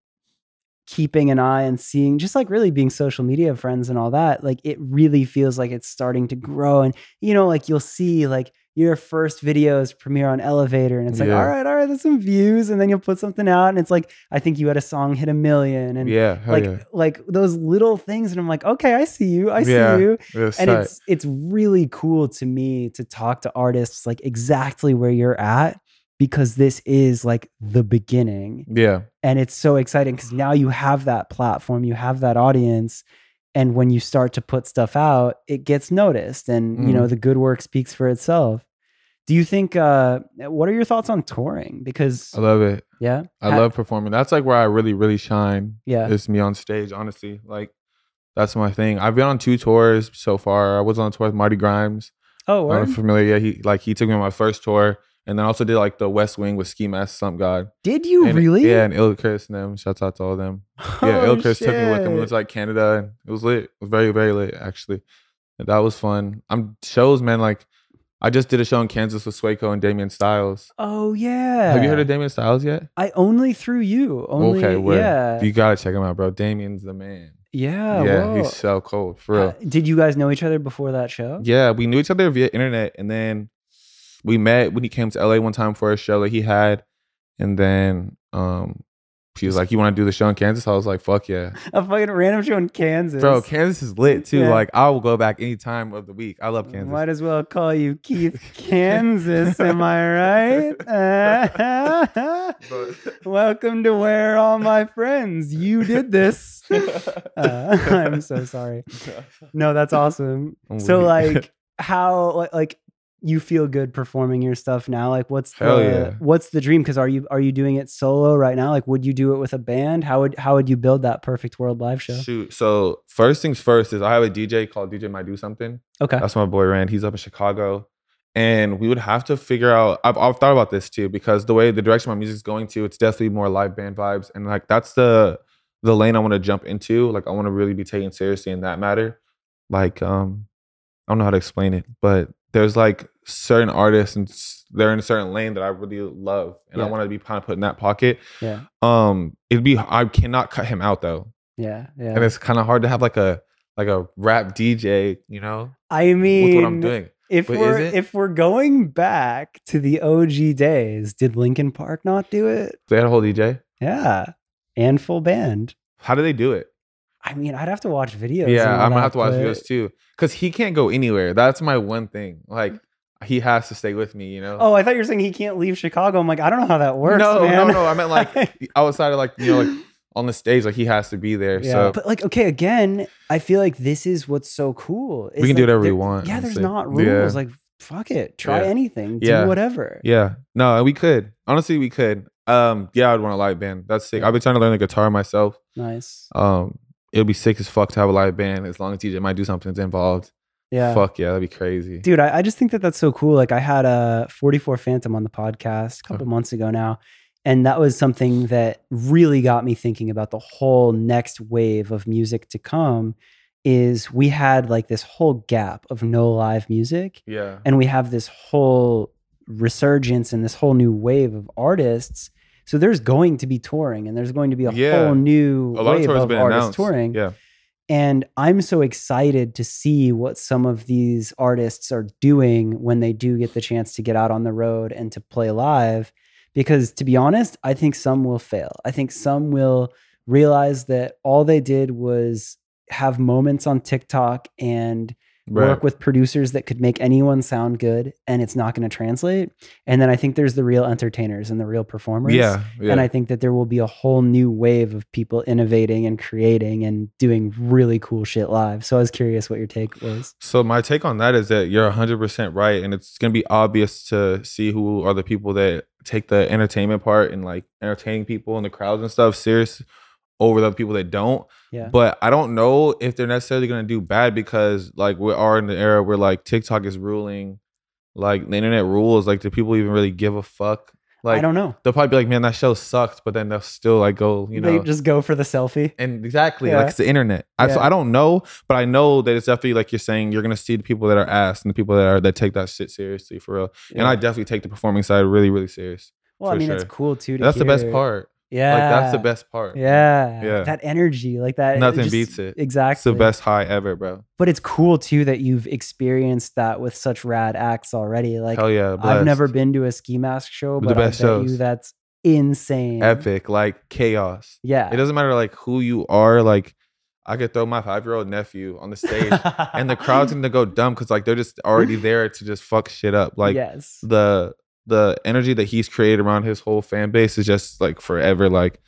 S1: keeping an eye and seeing just like really being social media friends and all that, like it really feels like it's starting to grow. And you know, like you'll see like your first videos premiere on Elevator and it's like,
S2: Yeah.
S1: all right, all right, there's some views. And then you'll put something out and it's like, I think you had a song hit a million. And
S2: Yeah, hell
S1: like
S2: yeah.
S1: like those little things. And I'm like, okay, I see you. I
S2: Yeah.
S1: see you
S2: That's
S1: and
S2: tight.
S1: it's it's really cool to me to talk to artists like exactly where you're at because this is like the beginning
S2: yeah.
S1: and it's so exciting because now you have that platform you have that audience and when you start to put stuff out it gets noticed and you
S2: Mm.
S1: know the good work speaks for itself do you think uh what are your thoughts on touring because
S2: I love it.
S1: yeah
S2: I
S1: Ha-
S2: love performing. That's like where I really, really shine.
S1: yeah
S2: It's me on stage, honestly. Like that's my thing. I've been on two tours so far. I was on a tour with Marty Grimes.
S1: oh
S2: I'm
S1: word?
S2: familiar. Yeah, he like he took me on my first tour, and then I also did like the West Wing with Ski Mask Slump God.
S1: did you
S2: And-
S1: Oh, really
S2: Yeah, and Il Chris and them. Shouts out to all of them. Yeah,
S1: Oh,
S2: Il Chris took me with him. uh, We
S1: shit.
S2: went to like Canada, and it was lit. It was very, very lit actually. And that was fun. I'm shows, man. Like I just did a show in Kansas with Swaco and Damian Styles.
S1: oh yeah
S2: Have you heard of Damian Styles yet?
S1: I only through you. Only,
S2: okay, word.
S1: yeah,
S2: You gotta check him out, bro. Damien's the man.
S1: yeah,
S2: yeah,
S1: whoa.
S2: he's so cold for real.
S1: Uh, did you guys know each other before that show?
S2: Yeah, we knew each other via internet, and then we met when he came to LA one time for a show that he had, and then um She was like, "You want to do the show in Kansas?" I was like, "Fuck yeah,
S1: A fucking random show in Kansas.
S2: bro! Kansas is lit too.
S1: Yeah.
S2: Like, I will go back any time of the week. I love Kansas.
S1: Might as well call you Keith Kansas, am I right? Welcome to Where All My Friends. You did this.
S2: But-
S1: Uh, I'm so sorry. No, that's awesome.
S2: I'm
S1: So
S2: weak.
S1: like how li- like you feel good performing your stuff now? Like what's
S2: Hell
S1: the
S2: yeah.
S1: what's the dream? Because are you are you doing it solo right now? Like would you do it with a band? How would how would you build that perfect world live show?
S2: Shoot. So first things first is I have a DJ called DJ Might Do Something.
S1: Okay.
S2: That's my boy Rand. He's up in Chicago. And we would have to figure out. I've, I've thought about this too because the way the direction my music's going to, it's definitely more live band vibes, and like that's the the lane I want to jump into. Like I want to really be taken seriously in that matter. Like um, I don't know how to explain it, but there's like certain artists and s- they're in a certain lane that I really love, and I
S1: Yeah.
S2: want to be kind of put in that pocket.
S1: Yeah.
S2: Um, it'd be I cannot cut him out though
S1: Yeah.
S2: and
S1: Yeah.
S2: it's kind of hard to have like a like a rap DJ, you know,
S1: I
S2: with
S1: mean
S2: what I'm doing.
S1: if
S2: But is
S1: we're
S2: it?
S1: if we're going back to the OG days, did Lincoln Park not do it?
S2: They had a whole DJ.
S1: Yeah, and full band.
S2: How do they do it?
S1: I mean, I'd have to watch videos. and
S2: yeah,
S1: all
S2: I'm gonna
S1: that,
S2: have to watch
S1: but-
S2: videos too, cause he can't go anywhere. That's my one thing. Like he has to stay with me, you know.
S1: Mm. Oh, I thought you were saying he can't leave Chicago. I'm like, I don't know how that works.
S2: no,
S1: man.
S2: no, no. I meant like outside of like you know like on the stage, like he has to be there.
S1: yeah.
S2: So
S1: but like, okay, again, I feel like this is what's so cool.
S2: we can do whatever we
S1: every
S2: want.
S1: Yeah, there's
S2: honestly.
S1: not rules.
S2: Yeah.
S1: Like, fuck it, try
S2: Yeah.
S1: anything, do
S2: Yeah.
S1: whatever.
S2: Yeah. No, and we could. Honestly, we could. Um, yeah, I'd want a live band. That's sick.
S1: Yeah.
S2: I've been trying to learn the guitar myself.
S1: Nice.
S2: Um, it'll be sick as fuck to have a live band as long as DJ might do something's involved.
S1: Yeah.
S2: Fuck yeah, that'd be crazy.
S1: dude I, I just think that that's so cool like i had a 44 phantom on the podcast a couple months ago now and that was something that really got me thinking about the whole next wave of music to come is we had like this whole gap of no live music
S2: yeah.
S1: and we have this whole resurgence and this whole new wave of artists so there's going to be touring and there's going to be a
S2: Yeah.
S1: whole new
S2: a lot of
S1: wave
S2: tours
S1: of,
S2: have been
S1: artists
S2: announced.
S1: touring
S2: Yeah.
S1: and I'm so excited to see what some of these artists are doing when they do get the chance to get out on the road and to play live. Because to be honest, I think some will fail. I think some will realize that all they did was have moments on TikTok and work with producers that could make anyone sound good and it's not going to translate. And then I think there's the real entertainers and the real performers.
S2: Yeah. yeah.
S1: And I think that there will be a whole new wave of people innovating and creating and doing really cool shit live. So I was curious what your take was.
S2: so my take on that is that you're 100% right and it's going to be obvious to see who are the people that take the entertainment part and like entertaining people and the crowds and stuff serious over the people that don't.
S1: Yeah.
S2: But I don't know if they're necessarily going to do bad because like we are in the era where like TikTok is ruling like the internet rules like do people even really give a fuck? Like
S1: I don't know.
S2: they'll probably be like man that show sucked but then they'll still like go, you know.
S1: they just go for the selfie.
S2: And exactly,
S1: Yeah.
S2: like it's the internet. I, so
S1: Yeah.
S2: I don't know, but I know that it's definitely like you're saying. You're gonna see the people that are asked and the people that are that take that shit seriously for real. And
S1: Yeah.
S2: I definitely take the performing side really, really serious.
S1: Well, I
S2: for
S1: mean, it's
S2: sure.
S1: cool too. To
S2: That's the best
S1: hear.
S2: part.
S1: Yeah.
S2: Like that's the best part.
S1: Yeah.
S2: Yeah.
S1: That energy, like that. it
S2: Nothing
S1: just-
S2: beats it.
S1: Exactly.
S2: It's the best high ever, bro.
S1: But it's cool too that you've experienced that with such rad acts already. Like,
S2: Hell yeah!
S1: I've
S2: blessed.
S1: never been to a ski mask show,
S2: The
S1: but I bet
S2: best
S1: you
S2: shows.
S1: that's insane.
S2: epic like chaos.
S1: Yeah.
S2: It doesn't matter like who you are. Like I could throw my five year old nephew on the stage, and the crowd's gonna go dumb because like they're just already there to just fuck shit up. Like
S1: yes.
S2: the the energy that he's created around his whole fan base is just like forever like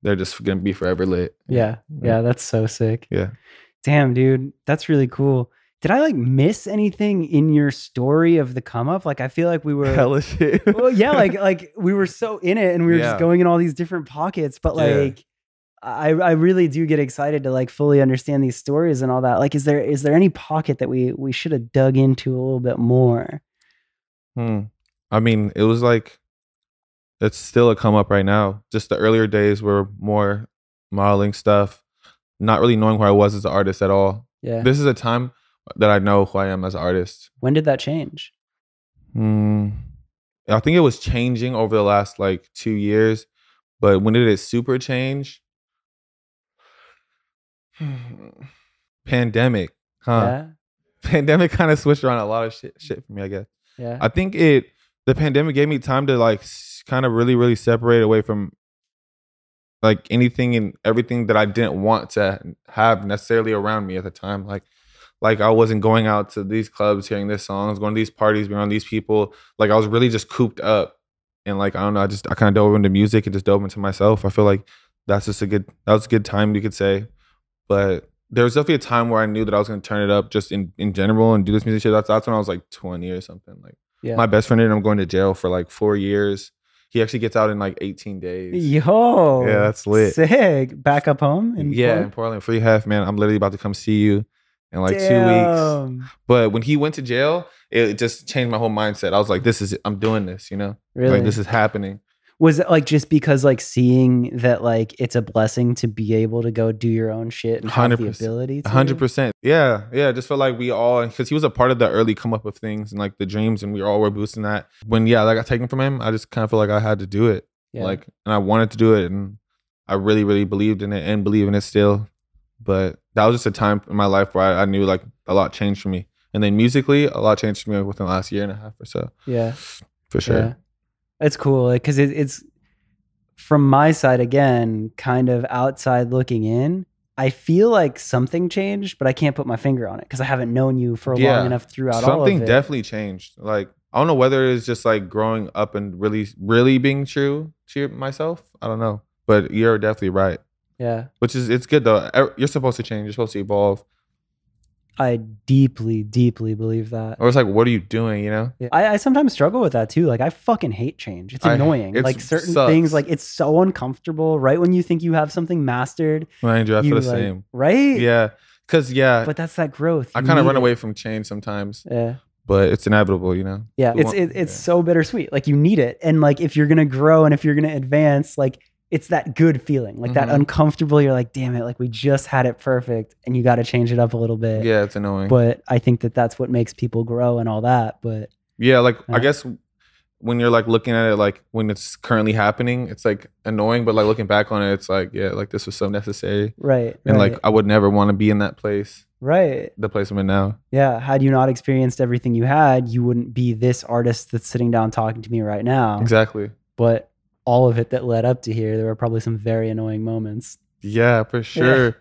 S2: they're just gonna be forever lit
S1: Yeah.
S2: Yeah.
S1: Yeah. That's so sick.
S2: Yeah.
S1: Damn, dude. That's really cool. Did I like miss anything in your story of the come up? Like, I feel like we were.
S2: hella shit
S1: well, yeah. Like, like we were so in it and we were just
S2: Yeah.
S1: going in all these different pockets, but
S2: Yeah.
S1: like. I, I really do get excited to like fully understand these stories and all that. Like, is there is there any pocket that we we should have dug into a little bit more?
S2: Hmm. i mean it was like it's still a come up right now just the earlier days were more modeling stuff not really knowing who i was as an artist at all
S1: Yeah.
S2: this is a time that i know who i am as an artist
S1: when did that change?
S2: Hmm. I think it was changing over the last like two years, but when did it super change? Pandemic, huh? Pandemic kind of switched around a lot of shit, shit for me, I guess.
S1: Yeah. Yeah.
S2: I think it the pandemic gave me time to like kind of really really separate away from like anything and everything that I didn't want to have necessarily around me at the time. Like, like I wasn't going out to these clubs, hearing this songs, going to these parties, being around these people. Like I was really just cooped up, and like I don't know, I just I kind of dove into music and just dove into myself. I feel like that's just a good that was a good time you could say, but there was definitely a time where I knew that I was going to turn it up just in in general and do this music shit. That's that's when I was like twenty or something. Like
S1: Yeah.
S2: my best friend ended up going to jail for like four years. He actually gets out in like eighteen days.
S1: Yo.
S2: Yeah, that's lit.
S1: Sick. Back up home. In
S2: yeah, in
S1: Florida?
S2: Portland, free half man. I'm literally about to come see you in like two weeks.
S1: Damn.
S2: But when he went to jail, it it just changed my whole mindset. I was like, "This is it. I'm doing this," you know,
S1: Really?
S2: like this is happening.
S1: was it like just because like seeing that like it's a blessing to be able to go do your own shit and have the
S2: 100%.
S1: ability to?
S2: hundred percent. Yeah, yeah. I Just felt like we all because he was a part of the early come up of things and like the dreams, and we all were boosting that. When yeah, that got taken from him, I just kind of feel like I had to do it.
S1: Yeah.
S2: Like, and I wanted to do it, and I really, really believed in it and believe in it still. But that was just a time in my life where I, I knew like a lot changed for me. And then musically, a lot changed for me within the last year and a half or so,
S1: yeah.
S2: for sure.
S1: Yeah. It's cool because it, it's from my side again, kind of outside looking in. I feel like something changed, but I can't put my finger on it because I haven't known you for
S2: Yeah.
S1: long enough throughout all of
S2: Something
S1: it.
S2: definitely changed. Like I don't know whether it's just like growing up and really, really being true to myself. I don't know, but you're definitely right.
S1: yeah,
S2: Which is it's good though. E- You're supposed to change. You're supposed to evolve.
S1: I deeply, deeply believe that.
S2: Or it's like, what are you doing? You know?
S1: Yeah. I, I sometimes struggle with that too. Like I fucking hate change. It's
S2: I-
S1: annoying.
S2: it's-
S1: like certain
S2: sucks.
S1: things, like it's so uncomfortable. Right when you think you have something mastered,
S2: Mind you, I
S1: you
S2: feel the
S1: like-
S2: same.
S1: right?
S2: Yeah, because yeah,
S1: But that's that growth.
S2: I
S1: You
S2: kind of
S1: need
S2: run
S1: it.
S2: away from change sometimes,
S1: Yeah.
S2: but it's inevitable. You know?
S1: Yeah,
S2: We
S1: it's
S2: want-
S1: it, it's
S2: yeah.
S1: so bittersweet. Like you need it, and like if you're gonna grow and if you're gonna advance, like it's that good feeling, like that
S2: Mhm.
S1: uncomfortable. You're like, damn it, like we just had it perfect, and you got to change it up a little bit.
S2: Yeah, it's annoying.
S1: But I think that that's what makes people grow and all that. But
S2: Yeah, like
S1: Yeah.
S2: I guess when you're like looking at it, like when it's currently happening, it's like annoying. But like looking back on it, it's like yeah, like this was so necessary,
S1: right,
S2: and
S1: right,
S2: like I would never want to be in that place,
S1: right,
S2: the place I'm in now.
S1: yeah. Had you not experienced everything you had, you wouldn't be this artist that's sitting down talking to me right now.
S2: Exactly.
S1: But all of it that led up to here, there were probably some very annoying moments.
S2: Yeah, for sure.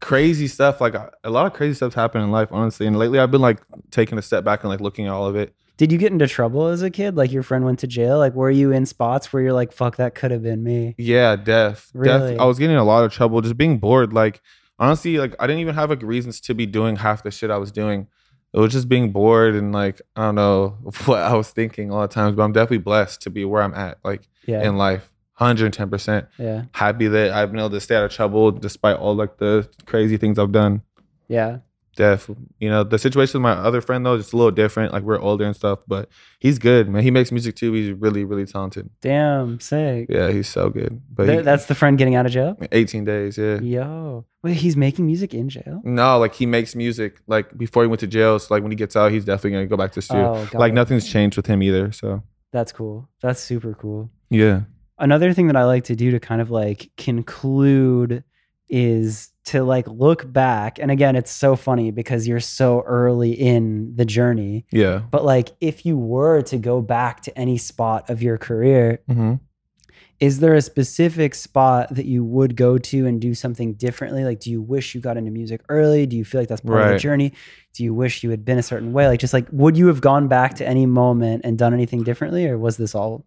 S2: Crazy stuff. Like I- a lot of crazy stuff's happened in life, honestly. And lately, I've been like taking a step back and like looking at all of it.
S1: Did you get into trouble as a kid? Like your friend went to jail? Like were you in spots where you're like, fuck, that could have been me?
S2: Yeah, deaf.
S1: Really?
S2: Deaf. I was getting in a lot of trouble just being bored. Like honestly, like I didn't even have like reasons to be doing half the shit I was doing. It was just being bored and like I don't know what I was thinking a lot of times. But I'm definitely blessed to be where I'm at, like
S1: Yeah.
S2: in life, hundred and ten percent
S1: yeah.
S2: happy that I've been able to stay out of trouble despite all like the crazy things I've done.
S1: Yeah.
S2: Def, you know, the situation with my other friend though, just a little different. Like we're older and stuff, but he's good, man. He makes music too. He's really, really talented.
S1: Damn, sick.
S2: Yeah, he's so good. But
S1: Th-
S2: he-
S1: that's the friend getting out of jail?
S2: 18 days, yeah.
S1: Yo. Wait, he's making music in jail?
S2: No, like he makes music. Like before he went to jail, so like when he gets out, he's definitely gonna go back to the studio.
S1: Oh, got
S2: like
S1: it.
S2: nothing's changed with him either. So
S1: That's cool. That's super cool.
S2: yeah,
S1: Another thing that I like to do to kind of like conclude is to like look back. And again, it's so funny because you're so early in the journey.
S2: yeah.
S1: But like if you were to go back to any spot of your career
S2: Mm-hmm.
S1: is there a specific spot that you would go to and do something differently? Like, do you wish you got into music early? Do you feel like that's part of the
S2: Right.
S1: journey? Do you wish you had been a certain way? Like, just like, would you have gone back to any moment and done anything differently, or was this all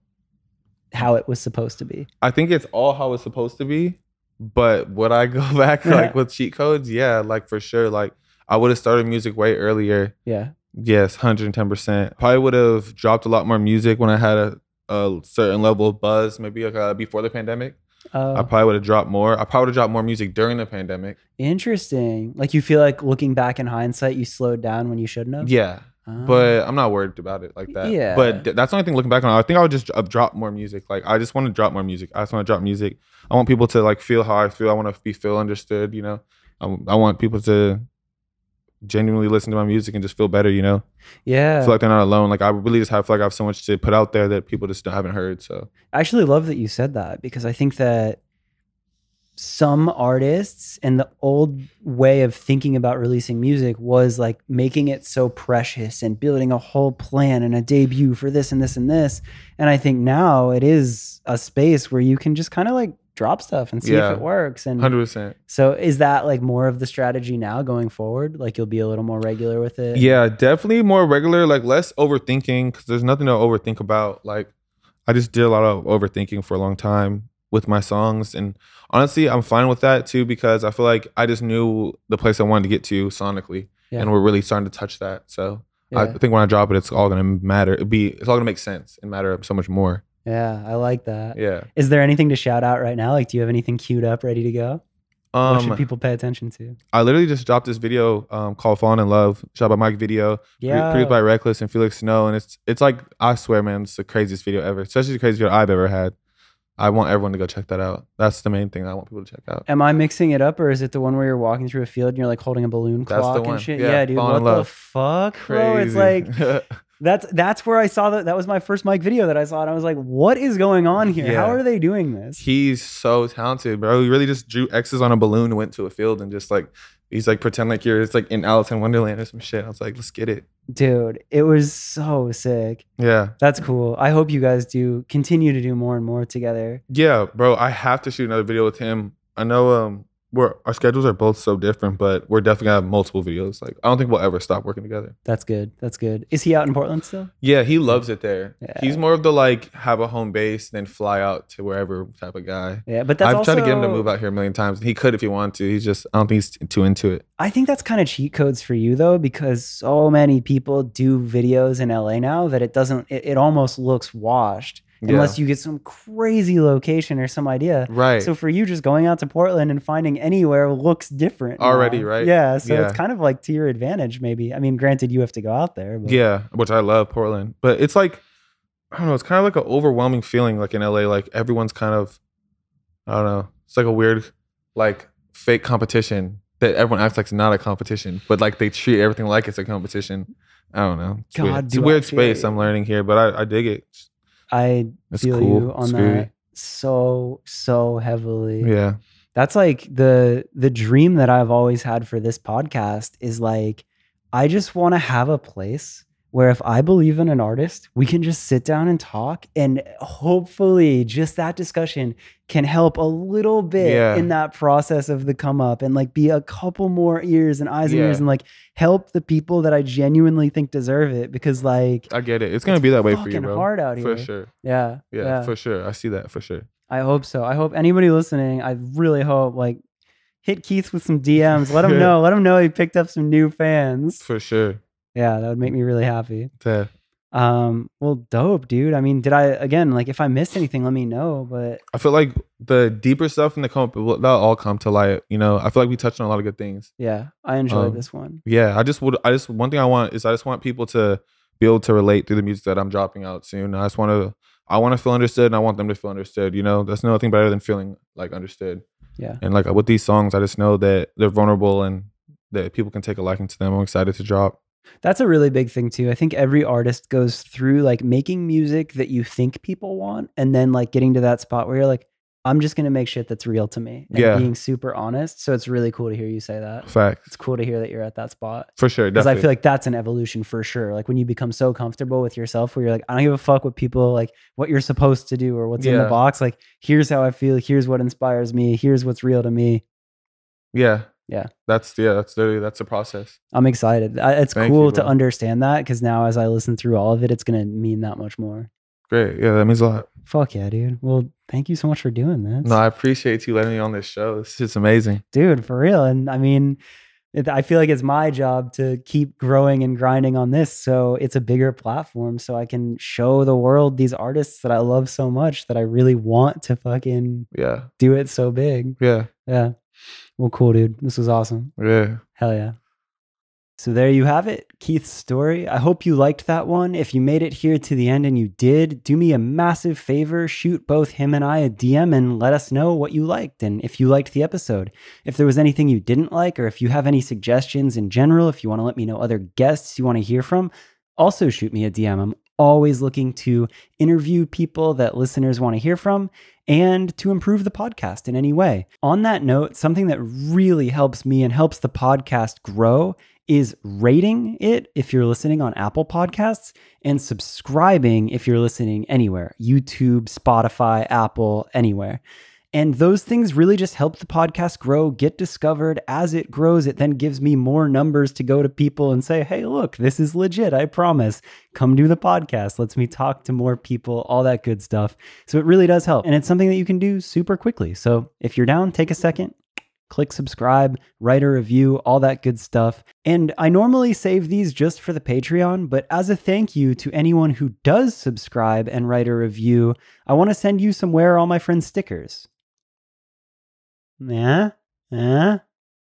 S1: how it was supposed to be?
S2: I think it's all how it's supposed to be. But would I go back like with cheat codes? Yeah, like for sure. Like I would have started music way earlier.
S1: Yeah,
S2: Yes, hundred and ten percent. Probably would have dropped a lot more music when I had a, a certain level of buzz. Maybe like uh, before the pandemic,
S1: uh,
S2: I probably would have dropped more. I probably would have dropped more music during the pandemic.
S1: interesting. Like, you feel like looking back in hindsight, you slowed down when you shouldn't have.
S2: Yeah,
S1: Ah.
S2: but I'm not worried about it like that.
S1: Yeah.
S2: But th- that's the only thing looking back on. it, I think I would just uh, drop more music. Like I just want to drop more music. I just want to drop music. I want people to like feel how I feel. I want to be feel understood. You know, I, w- I want people to genuinely listen to my music and just feel better. You know,
S1: yeah,
S2: feel like they're not alone. Like I really just have feel like I have so much to put out there that people just don't- haven't heard. So
S1: I actually love that you said that because I think that some artists and the old way of thinking about releasing music was like making it so precious and building a whole plan and a debut for this and this and this. And I think now it is a space where you can just kind of like drop stuff and see
S2: Yeah.
S1: if it works. And
S2: Hundred percent.
S1: so is that like more of the strategy now going forward? Like you'll be a little more regular with it?
S2: Yeah, definitely more regular, like less overthinking because there's nothing to overthink about. Like, I just did a lot of overthinking for a long time with my songs. And honestly, I'm fine with that too because I feel like I just knew the place I wanted to get to sonically.
S1: Yeah.
S2: And we're really starting to touch that. So I
S1: Yeah.
S2: think when I drop it, it's all going to matter. It'd be, it's all going to make sense and matter so much more.
S1: Yeah, I like that. Is
S2: Yeah.
S1: there anything to shout out right now? Like, do you have anything queued up, ready to go? what should
S2: Um,
S1: people pay attention to?
S2: I literally just dropped this video um, called Fallen in Love, shot by Mike Video. Pro-
S1: Yeah,
S2: produced by Reckless and Felix Snow, and it's it's like I swear, man, it's the craziest video ever. Especially the craziest video I've ever had. I want everyone to go check that out. That's the main thing I want people to check out.
S1: Am I mixing it up, or is it the one where you're walking through a field and you're like holding a balloon
S2: That's the
S1: clock
S2: one.
S1: and shit?
S2: Yeah,
S1: dude.
S2: Fall
S1: What
S2: in
S1: the
S2: Love.
S1: fuck, bro? It's like
S2: Crazy.
S1: that's that's where I saw that. That was my first mic video that I saw, and I was like, "What is going on here?
S2: Yeah.
S1: How are they doing this?"
S2: he's so talented, bro. He really just drew X's on a balloon and went to a field and just like he's like pretend like you're it's like in Alice in Wonderland or some shit. I was like, let's get it.
S1: Dude, it was so sick.
S2: Yeah.
S1: That's cool. I hope you guys do continue to do more and more together.
S2: Yeah, bro. I have to shoot another video with him. I know um we're our schedules are both so different, but we're definitely gonna have multiple videos. Like I don't think we'll ever stop working together.
S1: That's good. That's good. Is he out in Portland still?
S2: Yeah, he loves it there.
S1: Yeah.
S2: He's more of the like have a home base, then fly out to wherever type of guy.
S1: Yeah, but that's
S2: I've
S1: also,
S2: tried to get him to move out here a million times. He could if he wanted to. He's just I don't think he's too into it.
S1: I think that's kind of cheat codes for you though, because so many people do videos in LA now that it doesn't. It, it almost looks washed unless you get some crazy location or some idea.
S2: right.
S1: So for you, just going out to Portland and finding anywhere looks different now.
S2: Already, right?
S1: Yeah. So
S2: Yeah.
S1: it's kind of like to your advantage, maybe. I mean, granted, you have to go out there. But
S2: yeah, which I love Portland, but it's like I don't know. It's kind of like an overwhelming feeling, like in LA. Like everyone's kind of I don't know. It's like a weird like fake competition that everyone acts like it's not a competition, but like they treat everything like it's a competition. I don't know. It's
S1: God,
S2: weird. It's
S1: do
S2: a
S1: I
S2: weird
S1: feel
S2: space
S1: you.
S2: I'm learning here, but I, I dig it.
S1: I
S2: It's
S1: feel
S2: cool.
S1: you on
S2: It's
S1: that
S2: groovy.
S1: so so heavily.
S2: Yeah.
S1: That's like the the dream that I've always had for this podcast is like I just want to have a place where if I believe in an artist, we can just sit down and talk and hopefully just that discussion can help a little bit
S2: Yeah.
S1: in that process of the come up and like be a couple more ears and eyes and
S2: Yeah.
S1: ears and like help the people that I genuinely think deserve it because like
S2: I get it. It's gonna be that way for you,
S1: fucking
S2: bro.
S1: hard out
S2: for
S1: here.
S2: sure.
S1: Yeah.
S2: Yeah, for sure. I see that for sure.
S1: I hope so. I hope anybody listening, I really hope like hit Keith with some DMs. Let him know. Let him know he picked up some new fans.
S2: For sure.
S1: Yeah, that would make me really happy.
S2: Yeah.
S1: Um, well, dope, dude. I mean, did I again like if I missed anything, let me know. But
S2: I feel like the deeper stuff in the comp will- that'll all come to light. You know, I feel like we touched on a lot of good things.
S1: yeah, I enjoyed
S2: Um,
S1: this one.
S2: Yeah. I just would I just one thing I want is I just want people to be able to relate through the music that I'm dropping out soon. I just wanna I wanna feel understood and I want them to feel understood. You know, that's nothing better than feeling like understood.
S1: Yeah.
S2: And like with these songs, I just know that they're vulnerable and that people can take a liking to them. I'm excited to drop.
S1: That's a really big thing too. I think every artist goes through like making music that you think people want and then like getting to that spot where you're like, I'm just gonna make shit that's real to me. And
S2: Yeah.
S1: being super honest. So it's really cool to hear you say that. It's
S2: Facts.
S1: cool to hear that you're at that spot.
S2: For sure.
S1: because I
S2: Definitely.
S1: feel like that's an evolution for sure. Like when you become so comfortable with yourself, where you're like, I don't give a fuck what people like, what you're supposed to do or what's in the
S2: Yeah.
S1: box. Like, here's how I feel. Here's what inspires me. Here's what's real to me.
S2: Yeah.
S1: Yeah.
S2: That's yeah, that's literally that's the process.
S1: I'm excited. I, it's
S2: Thank
S1: cool
S2: you,
S1: to
S2: bro.
S1: understand that because now as I listen through all of it, it's gonna mean that much more.
S2: Great. Yeah, that means a lot.
S1: Fuck yeah, dude. Well, thank you so much for doing this,
S2: No, I appreciate you letting me on this show. This shit's amazing.
S1: dude. For real. And I mean. it- I feel like it's my job to keep growing and grinding on this. So it's a bigger platform so I can show the world these artists that I love so much that I really want to fucking
S2: Yeah.
S1: do it so big.
S2: Yeah.
S1: Yeah. Well, cool, dude. This was awesome.
S2: Yeah.
S1: Hell yeah. So there you have it, Keith's story. I hope you liked that one. If you made it here to the end and you did, do me a massive favor, shoot both him and I a DM and let us know what you liked and if you liked the episode. If there was anything you didn't like or if you have any suggestions in general, if you want to let me know other guests you want to hear from, also shoot me a DM. I'm always looking to interview people that listeners want to hear from and to improve the podcast in any way. On that note, something that really helps me and helps the podcast grow is rating it if you're listening on Apple Podcasts and subscribing if you're listening anywhere YouTube, Spotify, Apple, anywhere. And those things really just help the podcast grow, get discovered. As it grows, it then gives me more numbers to go to people and say, hey, look, this is legit. I promise. Come do the podcast. Lets me talk to more people, all that good stuff. So it really does help. And it's something that you can do super quickly. So if you're down, take a second, click subscribe, write a review, all that good stuff. And I normally save these just for the Patreon, but as a thank you to anyone who does subscribe and write a review, I want to send you some Where Are All My Friends stickers. Yeah? Yeah?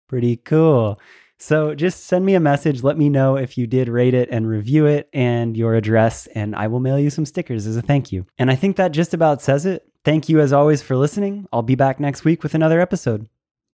S1: Pretty cool. So just send me a message. Let me know if you did rate it and review it and your address, and I will mail you some stickers as a thank you. And I think that just about says it. Thank you as always for listening. I'll be back next week with another episode.